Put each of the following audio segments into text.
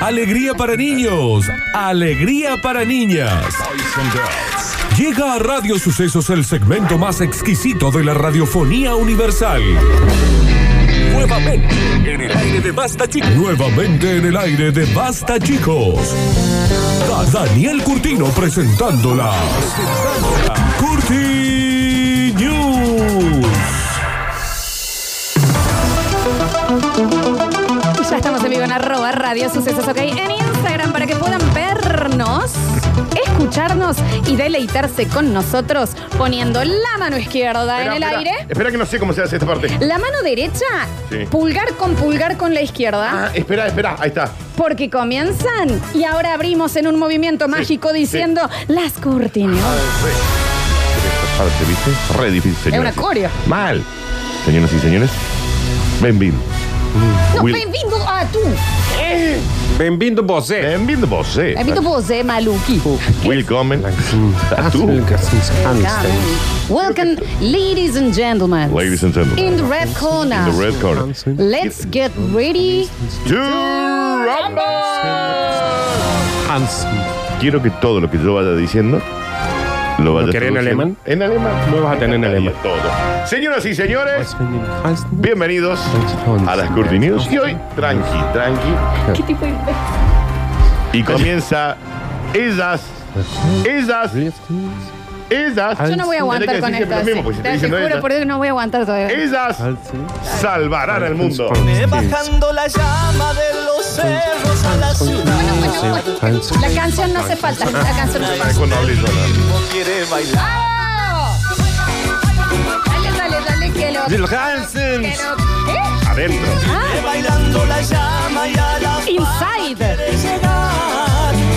Alegría para niños, alegría para niñas. Llega a Radio Sucesos el segmento más exquisito de la radiofonía universal. Nuevamente en el aire de Basta Chicos. Nuevamente en el aire de Basta Chicos. Da- Daniel Curtino presentándola. Curti News. Y Ya estamos en vivo en arroba Radio Sucesos, ok, en Instagram para que puedan vernos, escucharnos y deleitarse con nosotros poniendo la mano izquierda en el Espera, aire, espera, Espera que no sé cómo se hace esta parte. la mano derecha, Sí. pulgar con pulgar con la izquierda, Ah, espera, espera, ahí está. porque comienzan y ahora abrimos en un movimiento mágico sí. Ah, diciendo las cortinas. Esta parte, ¿viste? Re difícil, señores. Es un acorio. Mal. Señoras y señores, Benvin. No, Will- bienvenido a tú. Benvindo Bosé. Benvin vos, eh. Evito vos, eh, Maluki. Willkommen. A Ah, tú. Welcome, ladies and gentlemen. Ladies and gentlemen. In the red corner. The red corner. Let's get ready. To rumble. Quiero que todo lo que yo vaya diciendo lo vaya querés en alemán? En alemán. Lo vas a tener en alemán. Pues- Todo. Señoras y señores, bienvenidos a las Curti News. Y hoy, tranqui, tranqui. ¿Qué tipo de Y comienza ellas, ellas, ellas. Yo no voy a aguantar con esto. Ellas, sí. Te, te juro por Dios que no voy a aguantar todavía. ellas salvarán al mundo. Bajando la llama de los cerros a la ciudad. La canción no hace falta. La canción no hace falta. Cuando hablé yo, ¿no? No quiere bailar. ¡Vamos! Dale, dale, dale, que lo. Que lo ¿Eh? Adentro. Ah, Bailando la llama y a la inside. paz llegar.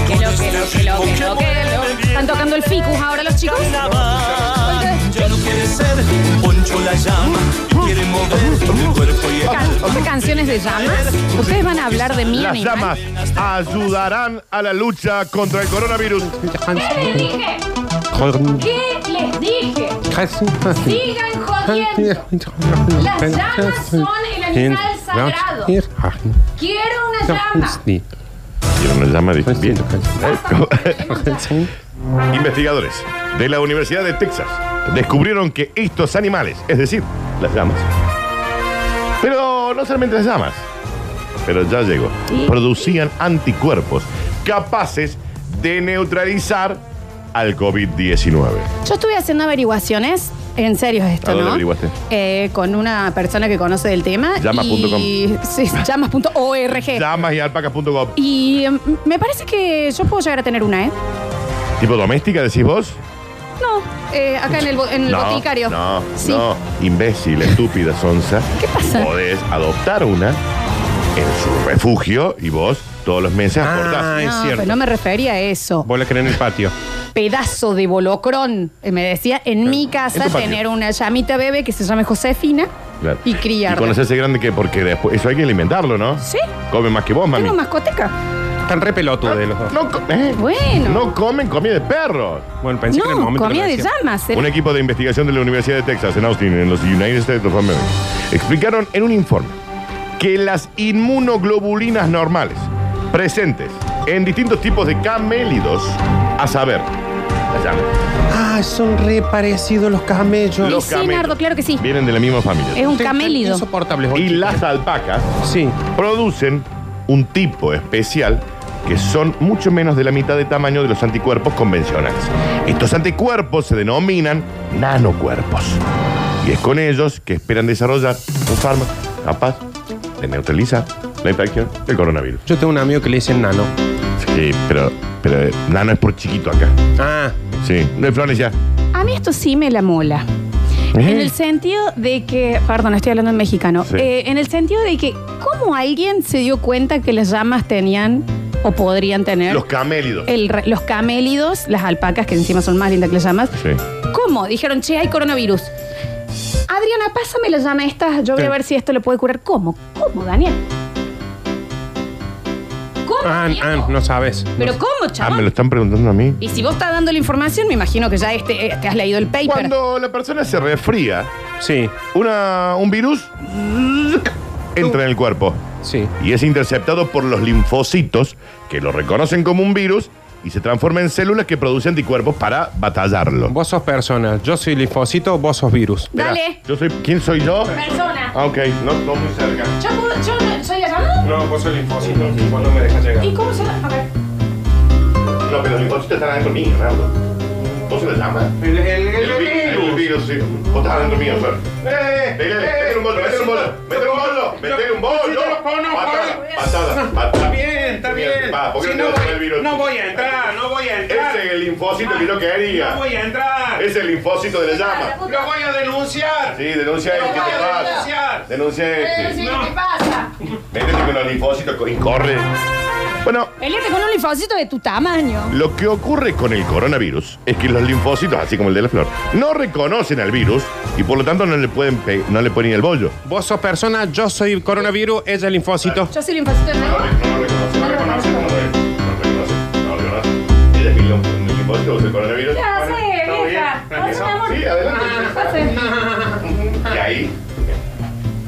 Que lo, que lo, que lo, que lo, que lo. Están tocando el ficus ahora los chicos. Carnaval. Porque- Yo no quiere ser poncho la llama. Quiere mover el cuerpo y el Can- ¿qué canciones de llamas? Ustedes van a hablar de mí, Las animal? llamas ayudarán a la lucha contra el coronavirus. ¿Qué les dije? ¿Qué les dije? Sigan jodiendo. Las llamas son el animal sagrado. Quiero una llama. Quiero una llama de- Bien. Investigadores de la Universidad de Texas descubrieron que estos animales, es decir, las llamas, pero no solamente las llamas, pero ya llegó, producían anticuerpos capaces de neutralizar al COVID-19. Yo estuve haciendo averiguaciones. En serio es esto, ¿A dónde ¿no? averiguaste? Eh, con una persona que conoce del tema. Llamas.com. y- Sí, llamas.org. Llamas y alpaca.gov. Y em, me parece que yo puedo llegar a tener una, ¿eh? ¿Tipo doméstica decís vos? No, eh, acá en el, bo- en el boticario. No, Sí. no. Imbécil, estúpida, sonza. ¿Qué pasa? Podés adoptar una en su refugio y vos todos los meses aportás. Ah, es No, cierto. pero no me refería a eso. Vos la querés en el patio. Pedazo de bolocrón. Eh, Me decía en mi En casa tu patio. tener una llamita bebé que se llame Josefina Claro. y Y criarla. conocerse grande que porque después eso hay que alimentarlo, ¿no? Sí. Come más que vos, mami. Tengo mascoteca. Están re pelotudos de los dos. No, co- ¿eh? Bueno. No comen comida de perro. Bueno, pensé que en el No, momento. comida lo de decía. llamas. Un ¿eh? equipo de investigación de la Universidad de Texas en Austin, en los United States of America, explicaron en un informe que las inmunoglobulinas normales presentes en distintos tipos de camélidos, a saber, las llamas, Ah, son re parecidos los camellos. los sí, Nardo, claro que sí. vienen de la misma familia. Es un Están camélido. Insoportables. Y las alpacas Sí. producen un tipo especial que son mucho menos de la mitad de tamaño de los anticuerpos convencionales. Estos anticuerpos se denominan nanocuerpos. Y es con ellos que esperan desarrollar un fármaco capaz de neutralizar la infección del coronavirus. Yo tengo un amigo que le dicen nano. Sí, pero, pero eh, nano es por chiquito acá. Ah. Sí, no hay flores ya. A mí esto sí me la mola. En el sentido de que, perdón, estoy hablando en mexicano. Sí. Eh, en el sentido de que, ¿cómo alguien se dio cuenta que las llamas tenían o podrían tener Los camélidos. el re- los camélidos, las alpacas, que encima son más lindas que las llamas? Sí. Ah, ¿Cómo? Dijeron, che, hay coronavirus. Adriana, pásame la llama esta. Yo voy a Sí. ver si esto lo puede curar. ¿Cómo? ¿Cómo, Daniel? ¿Cómo? Ah, viejo? ah, no sabes. ¿Pero cómo, Ah, chaval? me lo están preguntando a mí. Y si vos estás dando la información, me imagino que ya este, eh, te has leído el paper. Cuando la persona se resfría, Sí. una, un virus entra en el cuerpo. Sí. y es interceptado por los linfocitos que lo reconocen como un virus y se transforma en células que producen anticuerpos para batallarlo. Vos sos persona, yo soy linfocito, vos sos virus. Esperá, Dale. Yo soy, ¿Quién soy yo? Persona. Ah, ok, no, no muy cerca. Yo, puedo- yo no- soy allá. No, vos sos linfocito, vos no me dejas llegar. ¿Y cómo se llama? A ver. No, pero los linfocitos están adentro mío, Nardo. ¿Cómo se les llama? El, El virus, sí. Vos estás adentro mío, Fer. ¡Eh! ¡Métele un bolo, métele un bolo! ¡Métele un bolo! ¡Métele un bolo! Yo lo pongo, ¡Patada, Juan. patada, patada! Está está bien. Va, ¿por qué Si no, no te vas a poner voy- el virus? no voy a entrar, no voy a entrar. Ese es el linfocito que yo quería. voy a entrar. Es el linfocito de la llama. Lo voy a denunciar. Sí, denuncia este, voy ¿qué a te pasa? denunciar. Denuncia este. ¿Qué pasa? Métete con los linfocitos co- y corre. Bueno, Eliate con un linfocito de tu tamaño. lo que ocurre con el coronavirus es que los linfocitos, así como el de la flor, no reconocen al virus y por lo tanto no le pueden, pe- no le ponen el bollo. Vos sos persona, yo soy coronavirus, ella es linfocito. Yo soy linfocito de No nuevo. lo reconocen, no lo reconocen, no lo reconocen, no lo reconocen. Ella es mi lin- mi linfocito, usa el coronavirus. Ya Bueno, sé, ¿todo bien? vieja. Pasa, mi amor. Ah, Sí, adelante. Pase. Y ahí.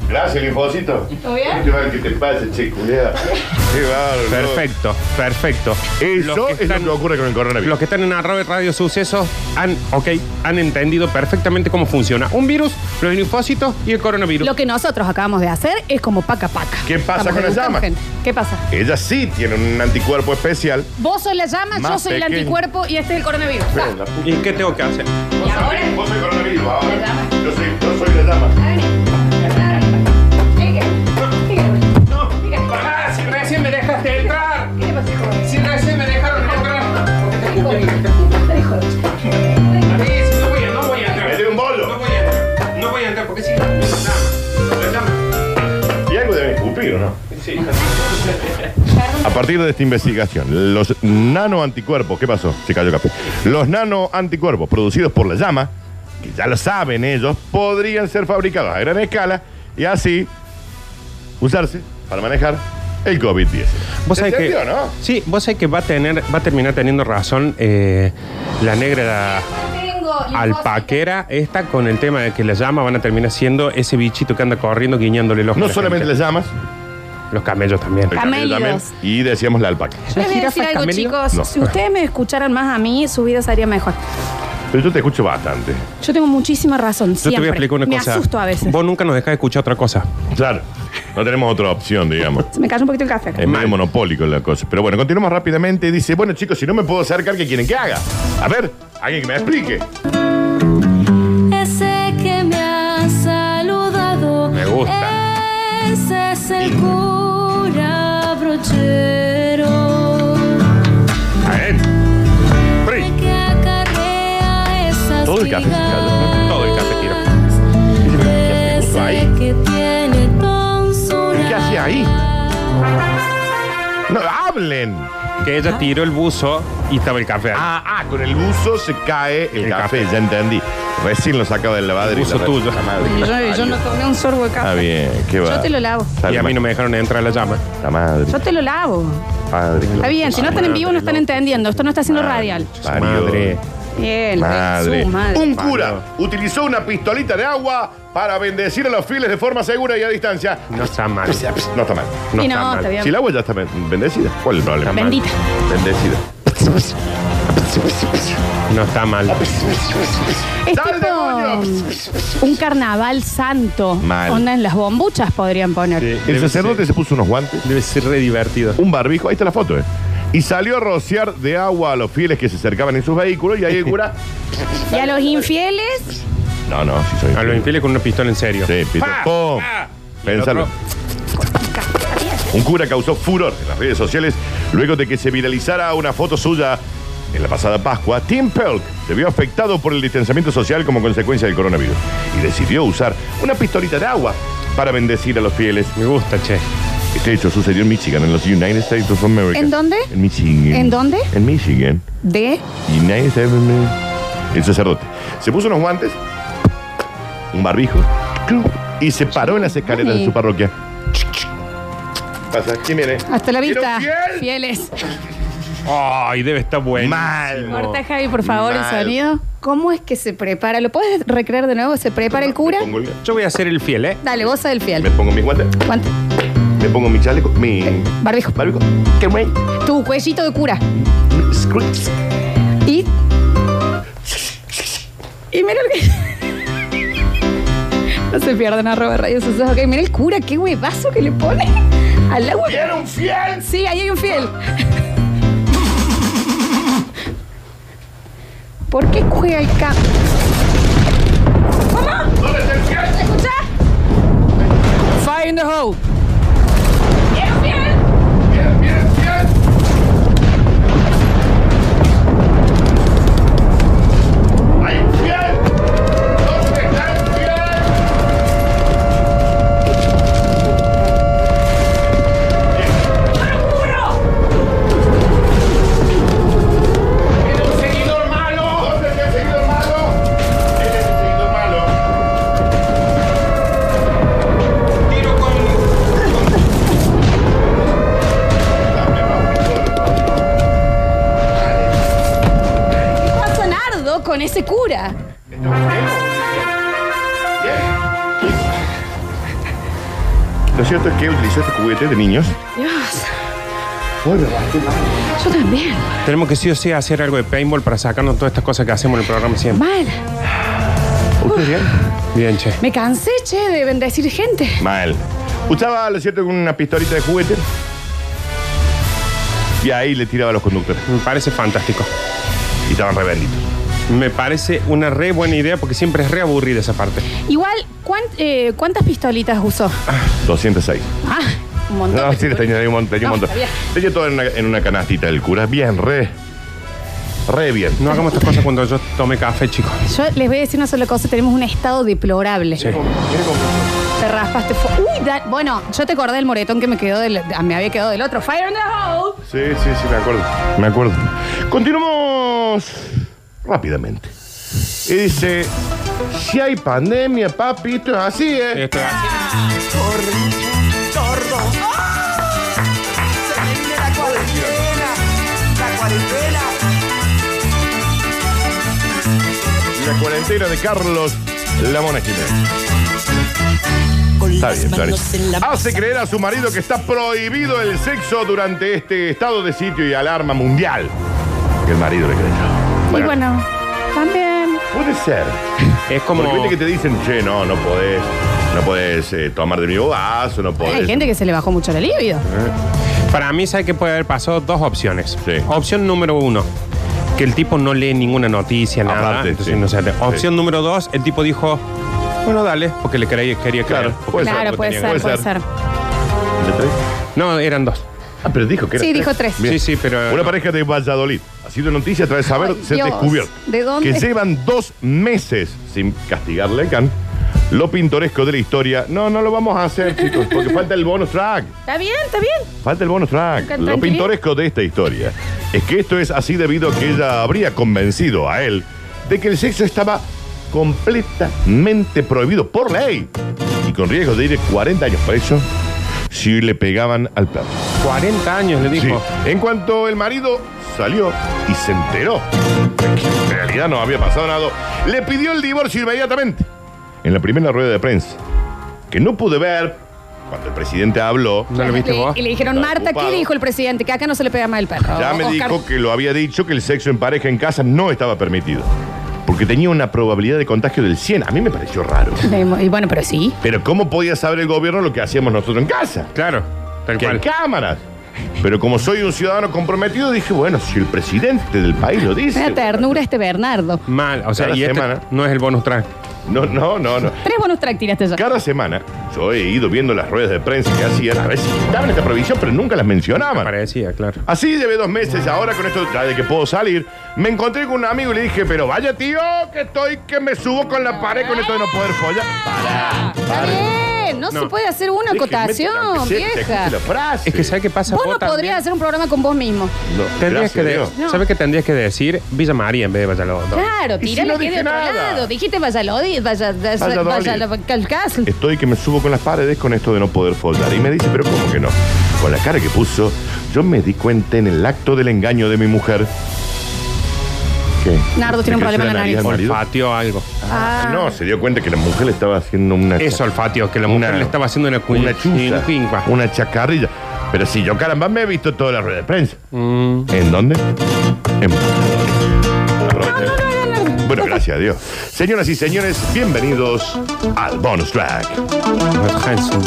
Gracias, linfocito. ¿Todo bien? Qué mal que te pase, che, culiada. Qué bárbaro. Perfecto, perfecto. Eso Los que es lo están- que ocurre con el coronavirus. Los que están en arroba radio sucesos han, ok, han entendido perfectamente cómo funciona un virus, los linfocitos y el coronavirus. Lo que nosotros acabamos de hacer es como paca paca. ¿Qué pasa Estamos con las educando llamas? gente. ¿Qué pasa? Ella sí tiene un anticuerpo especial. Vos sos la llama, Más yo soy el pequeño. anticuerpo y este es el coronavirus. Va. Pero la puta- ¿Y qué tengo que hacer? ¿Y ahora? Vos soy coronavirus La ahora. llama. Yo soy, yo soy la llama. Ah, si recién me dejaste entrar. Si recién me dejaron entrar. No voy a, no voy a Métele un bolo. voy a entrar. No voy a entrar porque si no, Y algo debe escupir, ¿o no? A partir de esta investigación, los nanoanticuerpos, ¿qué pasó? Se cayó café. Los nanoanticuerpos producidos por la llama, que ya lo saben ellos, podrían ser fabricados a gran escala y así usarse para manejar el COVID-19. Vos sabés que, ¿Entendió, no? sí, vos sabés que va a tener, va a terminar teniendo razón eh, la negra alpaquera esta con el tema de que la llama van a terminar siendo ese bichito que anda corriendo guiñándole los No solamente las llamas, los camellos también. el camello Camellos. también, y decíamos la alpaca. Yo les voy a decir algo, chicos. No. Si ustedes me escucharan más a mí, su vida sería mejor. Pero yo te escucho bastante. Yo tengo muchísima razón. Yo Siempre. te voy a explicar una cosa. Me asusto a veces. Vos nunca nos dejás escuchar otra cosa. Claro, no tenemos otra opción, digamos. Se me cayó un poquito el café acá. Es medio monopólico la cosa. Pero bueno, continuamos rápidamente. Dice, bueno, chicos, si no me puedo acercar, ¿qué quieren que haga? A ver, alguien que me explique. Ese que me ha saludado. Me gusta. Ese es el cura brochero. A ver. Free. Que acarrea esas Todo el café se cayó. migas. Todo el café tiró. puso ahí? Ese que tiene tonsura. ¿Qué hacía ahí? No, hablen. Que Ah. ella tiró el buzo y estaba el café. ahí. Ah, ah, con el buzo se cae el, El café, café. ya entendí. Recién lo sacaba del lavadero. El buzo y la- tuyo. la madre que Y lo Yo, yo parió. no tomé un sorbo de Está café. bien, qué va. Yo te lo lavo. y a mí no me dejaron entrar la llama. La madre. Yo te lo lavo. Padre, Está bien, si no están en vivo no están entendiendo. Esto no está siendo radial. Madre. Madre. Bien, Madre. su madre. Un cura utilizó una pistolita de agua para bendecir a los fieles de forma segura y a distancia. No está mal. No está mal. No Y está no, mal. está bien. Si el agua ya está ben- bendecida, ¿cuál es el problema? Bendita. Bendecida. No está mal. Es ¡Dale, demonio! tipo Este un carnaval santo. Mal. Onda en las bombuchas podrían poner. Sí. El Debe sacerdote ser- se puso unos guantes, Debe ser re divertido. un barbijo, ahí está la foto, ¿eh? Y salió a rociar de agua a los fieles que se acercaban en sus vehículos y ahí el cura. Y a los infieles, No, no, sí soy. A los infieles con una pistola en serio. Sí, pito. Pa, ¡Pum! pa. Pensalo. Un cura causó furor en las redes sociales luego de que se viralizara una foto suya en la pasada Pascua. Tim Pelk se vio afectado por el distanciamiento social como consecuencia del coronavirus y decidió usar una pistolita de agua para bendecir a los fieles. Me gusta, che. Este hecho sucedió en Michigan, en los United States of America. ¿En dónde? En Michigan. ¿En dónde? En Michigan. de. United States of America. El sacerdote. Se puso unos guantes, un barbijo, y se paró en las escaleras de su parroquia. Pasa, ¿quién viene? Hasta la vista. Quiero fiel. Fieles. Ay, debe estar bueno. Mal. Corta, Javi, por favor, el Mal. sonido. ¿Cómo es que se prepara? ¿Lo puedes recrear de nuevo? ¿Se prepara el cura? Me pongo, el- Yo voy a ser el fiel, ¿eh? Dale, vos sos el me fiel. pongo mis guantes. ¿Cuánto? Me pongo mi chaleco, mi. Barbijo. Barbijo. ¿Qué me? Tu cuellito de cura. Screech. Y. Y mira lo que. No se pierdan arroba radio sucesos. Ok, mira el cura, qué huevazo que le pone al agua. ¡Era un fiel! Sí, ahí hay un fiel. ¿Por qué juega el campo? ¿Dónde está el fiel? ¿Escucha? Fire in the hole. ¡Fiel, fiel, fiel! ¡Hay un fiel! ¿Dónde está el fiel? ¡Era un seguidor malo! ¿Dónde está el seguidor malo? ¡Él es un seguidor malo! Tiro con. ¿Qué pasa, Nardo, con ese cura? Lo cierto es que él utilizó este juguete de niños. Dios. Yo también. Tenemos que sí o sí hacer algo de paintball para sacarnos todas estas cosas que hacemos en el programa siempre. Mal. ¿Usted bien? Bien, che. Me cansé, che, de bendecir gente. Mal. Usaba, lo cierto, una pistolita de juguete. Y ahí le tiraba a los conductores. Me parece fantástico. Y estaban re benditos. Me parece una re buena idea porque siempre es re aburrida esa parte. Igual, ¿cuán- eh, ¿cuántas pistolitas usó? 206. Ah, un montón. No, sí, le tenía, tenía un montón. Tenía, un No, montón. está bien. tenía todo en una, en una canastita del cura. Bien, re. Re bien. No hagamos estas cosas cuando yo tome café, chicos. Yo les voy a decir una sola cosa, tenemos un estado deplorable. Sí. Te raspaste. fu- Uy, da- bueno, yo te acordé del moretón que me quedó del, ah, me había quedado del otro. Fire in the hole. Sí, sí, sí, me acuerdo. Me acuerdo. Continuamos rápidamente. Y dice, si hay pandemia, papi, esto es así, ¿eh? Esto es así. Chorro. Se viene la cuarentena. La cuarentena. La cuarentena de Carlos Lamona Jiménez. Con Está las bien, manos Florencia. en la Hace masa. creer a su marido que está prohibido el sexo durante este estado de sitio y alarma mundial. Que el marido le creyó. Y bueno, también. Puede ser. Es como. Porque viste que te dicen, che, no, no podés, no podés eh, tomar de mi bobazo, no podés. Hay gente que se le bajó mucho la libido. Para mí, ¿sabes que puede haber pasado? Dos opciones. Sí. Opción número uno, que el tipo no lee ninguna noticia, nada. Aparte, entonces sí. no se ate- Sí. Opción número dos, el tipo dijo, bueno, dale, porque le creí- quería creer. Claro, pues. porque puede ser, claro, tampoco puede tenía ser, ganas. puede puede ser. ser. ¿De tres? No, eran dos. Ah, pero dijo que era Sí, dijo tres. Bien. Sí, sí, pero... Una pareja de Valladolid ha sido noticia tras saber Ay, ser Dios. descubierto ¿De dónde? que llevan dos meses sin castigarle can. Lo pintoresco de la historia. No, no lo vamos a hacer, chicos, porque falta el bonus track. Está bien, está bien. Falta el bonus track. Tranquilo. Lo pintoresco de esta historia es que esto es así debido a que ella habría convencido a él de que el sexo estaba completamente prohibido por ley y con riesgo de ir 40 años preso si le pegaban al perro. 40 años le Sí. dijo. En cuanto el marido salió y se enteró de que en realidad no había pasado nada, le pidió el divorcio inmediatamente. En la primera rueda de prensa, que no pude ver cuando el presidente habló, ¿No lo viste Le- vos? Y le dijeron, Está Marta, ocupado. ¿qué dijo el presidente? Que acá no se le pega más el perro. ya me Oscar. dijo que lo había dicho que el sexo en pareja en casa no estaba permitido, porque tenía una probabilidad de contagio del 100. A mí me pareció raro. Y bueno, pero sí. Pero ¿cómo podía saber el gobierno lo que hacíamos nosotros en casa? Claro, tal que hay cual. cámaras. Pero como soy un ciudadano comprometido, dije, bueno, si el presidente del país lo dice. Una ternura este Bernardo. Mal, o sea, Cada y este semana. no es el bonus track. No, no, no, no. Tres bonus track tiraste ya. Cada semana yo he ido viendo las ruedas de prensa que hacían. A veces daban esta provisión, pero nunca las mencionaban. Parecía, claro. Así llevé dos meses, ahora con esto ya de que puedo salir, me encontré con un amigo y le dije, pero vaya tío, que estoy, que me subo con la pared con esto de no poder follar. Pará, Está pará. bien, no, se No. puede hacer una Déjenme, acotación, aunque sea que se vieja. escuche la frase. Es que ¿sabes qué pasa? Vos no también- podrías hacer un programa con vos mismo. No, gracias Tendrías que a de- Dios. No. ¿Sabes qué tendrías que decir? Villa María en vez de Valladolid. Claro, Y si tirale no que dije de otro nada. lado. Dijiste Valladolid, Valladolid, Valladolid. Valladolid. Estoy que me subo con las paredes con esto de no poder follar. Y me dice, pero ¿cómo que no? Con la cara que puso, yo me di cuenta en el acto del engaño de mi mujer ¿Qué? Nardo tiene un ¿Le problema en la nariz. creció al marido? Olfateó algo. Ah. No, se dio cuenta que la mujer le estaba haciendo una. Es olfateo, que la mujer Una- le estaba haciendo una cuña. una chuza, Una cuinca. una chacarrilla. Pero si yo, caramba, me he visto toda la rueda de prensa. Mm. ¿En dónde? En. Bueno, gracias a Dios. Señoras y señores, bienvenidos al Bonus Track. Hanson.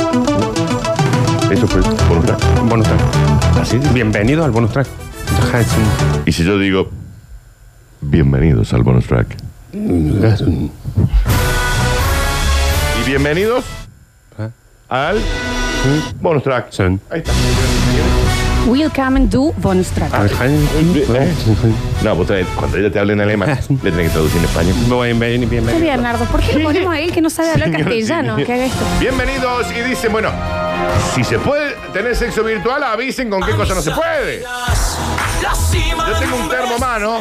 Eso fue el Bonus Track. Bonus track. Así es. Bienvenido al bonus track. Hanson. Y si yo digo, bienvenidos al Bonus Track. Y bienvenidos ¿Eh? al Bonus Track. Sí. Ahí está. Welcome and do bonus track. Ah. Al Hanson. No, vos traes- cuando ella te habla en alemán, le tenés que traducir en español. Bienvenido, Está bienvenido. bien, Nardo. ¿Por qué le ponemos a él que no sabe hablar Señoras y castellano? señores. Que haga esto. Bienvenidos y dicen, bueno, si se puede tener sexo virtual, avisen con qué cosa no se puede. Yo Yo tengo un termo mano.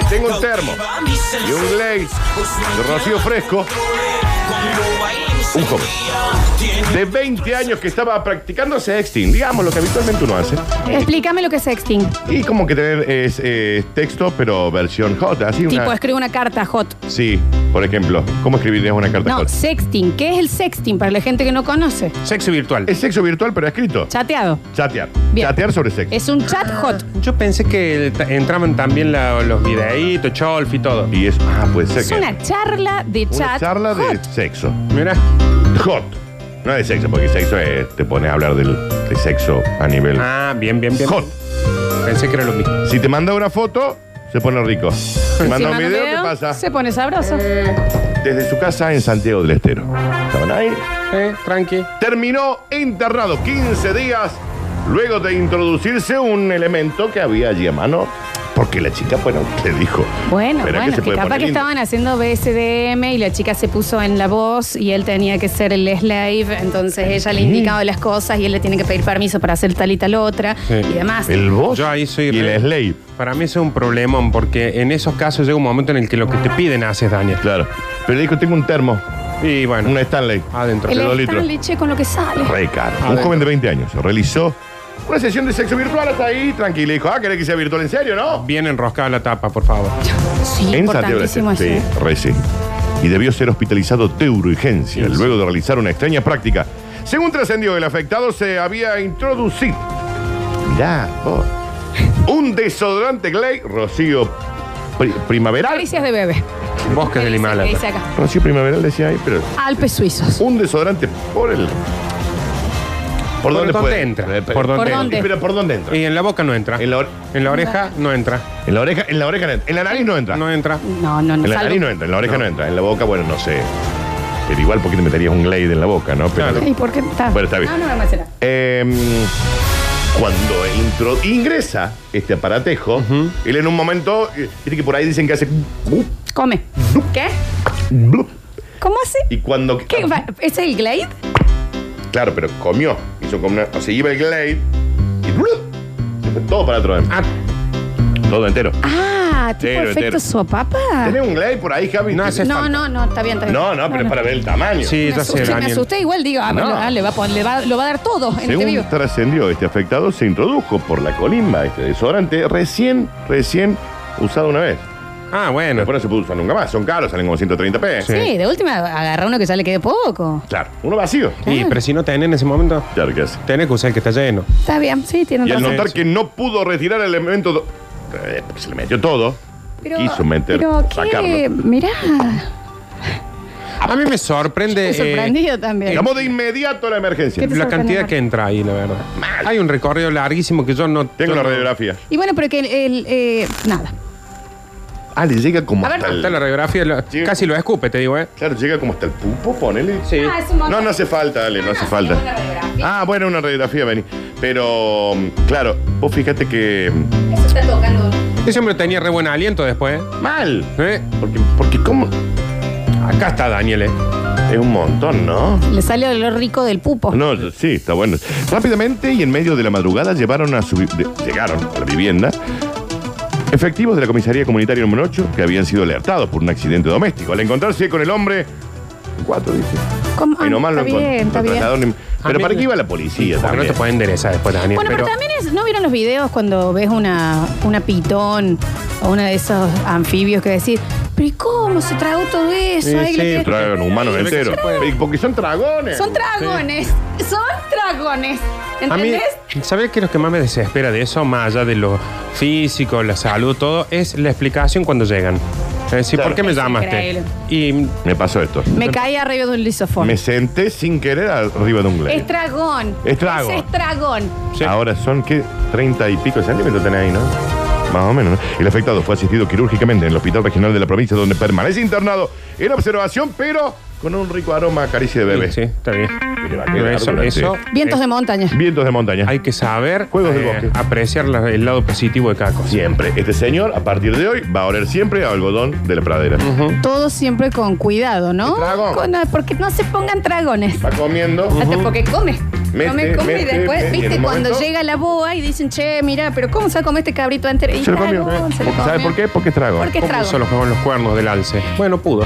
Y tengo un termo. Y un glaze de rocío fresco Un joven. de 20 años que estaba practicando sexting, digamos lo que habitualmente uno hace. Explícame lo que es sexting. Y como que tener es, eh, texto, pero versión hot, así Tipo, una. escribe una carta hot. Sí, por ejemplo, ¿cómo escribirías una carta No, hot? sexting. ¿Qué es el sexting para la gente que no conoce? Sexo virtual. Es sexo virtual, pero escrito. Chateado. Chatear. Bien. Chatear sobre sexo. Es un chat hot. Yo pensé que ta- entraban también la- los videitos, cholf y todo. Y es. Ah, puede ser Es que. una charla de una chat. charla hot. de sexo. Mira, Hot. No de sexo, porque sexo es, te pones a hablar del, de sexo a nivel ah, bien, bien, bien. hot. Pensé que era lo mismo. Si te manda una foto, se pone rico. Te Si manda un manda video, video, ¿qué pasa? Se pone sabroso. Desde su casa en Santiago del Estero. Estaban ahí. Eh, tranqui. Terminó internado 15 días luego de introducirse un elemento que había allí a mano. Porque la chica, bueno, le dijo. Bueno, "Verá bueno, que puede capaz poner que lindo". estaban haciendo BSDM y la chica se puso en la voz y él tenía que ser el slave, entonces ella le indicaba las cosas y él le tiene que pedir permiso para hacer tal y tal otra Sí. y demás. El boss Yo ahí soy y re- el slave. Para mí eso es un problemón porque en esos casos llega un momento en el que lo que te piden haces daño. Claro. Pero le dijo, tengo un termo, Y bueno, una Stanley. adentro. El- El dos litros. Stanley, che, con lo que sale. Re caro. Un Adentro. joven de 20 años realizó una sesión de sexo virtual hasta ahí, tranquilo. Dijo, ah, ¿querés que sea virtual en serio, no? Bien enroscada la tapa, por favor. Sí, en Santiago del importantísimo Estero. Sí, eso. ¿eh? re sí. Y debió ser hospitalizado de urgencia luego de realizar una extraña práctica. Según trascendió, el afectado se había introducido. Mirá, vos. Un desodorante Glay, rocío pri- primaveral. Caricias de bebé. Bosques del ¿Qué Himalaya. dice acá? Rocío primaveral decía ahí, pero Alpes suizos. un desodorante por el. ¿Por, dónde, puede? entra? Eh, pero- ¿Por dónde ¿Por dónde? entra? eh, Pero ¿por dónde entra? Y en la boca no entra. En la or- En la oreja no entra. En la oreja, en la oreja no entra. En la nariz no entra. No entra. No, no, no. en la salvo- nariz no entra, en la oreja no. entra. En la boca, bueno, no sé. Pero igual, ¿por qué te meterías un glade en la boca, no? Pero, Claro. ¿Y por qué está? Bueno, está bien. No, no me emociona. Em, cuando intro- ingresa este aparatejo, él en un momento, eh, viste que por ahí dicen que hace. blup, Come. ¿Qué? blup, ¿Cómo así? Y cuando. Ah, ¿Qué? va- ¿Es el Glade? Claro, pero comió. Hizo como una. O sea, iba el glade y. blup, se fue todo para atrás. Ah, Ah. Todo entero. Ah, tipo Entero, efecto entero. sopapa. ¿Tenés un glade por ahí, Javi? No hace No, falta. no, no, está bien, está bien. No, no, pero es para ver el tamaño. sí, me ya sé, asusté, me Daniel. asusté igual, digo, ah, No. bueno, ah, le va a pon- le va- lo va a dar todo en este vivo. Según trascendió, este afectado se introdujo por la colimba, este desodorante, recién, recién usado una vez. Ah, bueno. Después no se pudo usar nunca más. Son caros, salen como 130 pesos. Sí, de última agarra uno que ya le quede poco. Claro, uno vacío. Sí, pero si no tenés en ese momento, Claro que hace. tenés que usar el que está lleno. Está bien, sí, tienen Y al razón. notar que no pudo retirar el elemento... do- Eh, porque se le metió todo. quiso meter, pero qué, Eh. sacarlo. mirá, A mí me sorprende estoy eh, sorprendido también. Llamó de inmediato a la emergencia. ¿Qué te- la sorprende, cantidad Marta? que entra ahí, la verdad. Hay un recorrido larguísimo que yo no Tengo yo la no- radiografía. Y bueno, pero que el, el, eh, nada. Ah, le llega como A ver, hasta Está la el... radiografía, lo- Sí. casi lo escupe, te digo, ¿eh? Claro, llega como hasta el pupo, ponele. Sí. Ah, es un montón. Eh, No, no hace falta, Ale, no hace falta. una radiografía. Ah, bueno, una radiografía, vení. Pero, mm, claro, vos fíjate que... mm, Eso está tocando. Yo siempre tenía re buen aliento después, Mal. ¿eh? Porque, porque ¿cómo? Acá está Daniel, ¿eh? Es un montón, ¿no? Le sale el olor rico del pupo. No, sí, está bueno. Rápidamente y en medio de la madrugada llevaron a su vi- de- llegaron a la vivienda efectivos de la comisaría comunitaria número 8 que habían sido alertados por un accidente doméstico. Al encontrarse con el hombre Cuatro, dice. ¿Cómo? Ah, Menos mal lo está bien, encont- está lo bien. trasladaron en- Pero A mí para me- qué iba la policía Porque no también. te puede enderezar después, Daniel. Bueno, pero, también es, ¿no vieron los videos cuando ves una, una pitón o uno de esos anfibios que decís, pero ¿y cómo se tragó todo eso? Sí, Ahí sí, le quedó-". Tragan humanos Se ve que enteros. se puede. Y Porque son dragones. Son dragones, son dragones. A mí, ¿Entendés? ¿sabes qué es lo que más me desespera de eso? Más allá de lo físico, la salud, todo, es la explicación cuando llegan. Es decir, Claro. ¿por qué me Es llamaste? increíble. Y Me pasó esto. Me caí arriba de un lisofón. Me senté sin querer arriba de un glade. Es dragón. Es dragón. Ese Es dragón. Sí. Ahora son que 30 y pico de centímetros tenés ahí, ¿no? Más o menos, ¿no? El afectado fue asistido quirúrgicamente en el Hospital Regional de la provincia donde permanece internado en observación, pero con un rico aroma a caricia de bebé. sí, está bien. Pero aquel Pero eso, árbol, eso Vientos eh, de montaña. Vientos de montaña. hay que saber eh, Juegos del bosque. apreciar la- el lado positivo de cada cosa. Siempre. Este señor, a partir de hoy, va a oler siempre a algodón de la pradera. Todo siempre con cuidado, ¿no? Es dragón. Con- porque no se pongan dragones. Va comiendo. Hasta porque come. Mete, come, come y mete, después, mete, y en viste, un cuando momento- llega la boa y dicen, che, mira, pero ¿cómo se ha comido este cabrito entero? Y Se lo comió. dragón, se lo Porque- ¿Sabe comió. por qué? Porque es dragón. Porque es ¿Cómo dragón. puso los, los cuernos del alce? Bueno, pudo.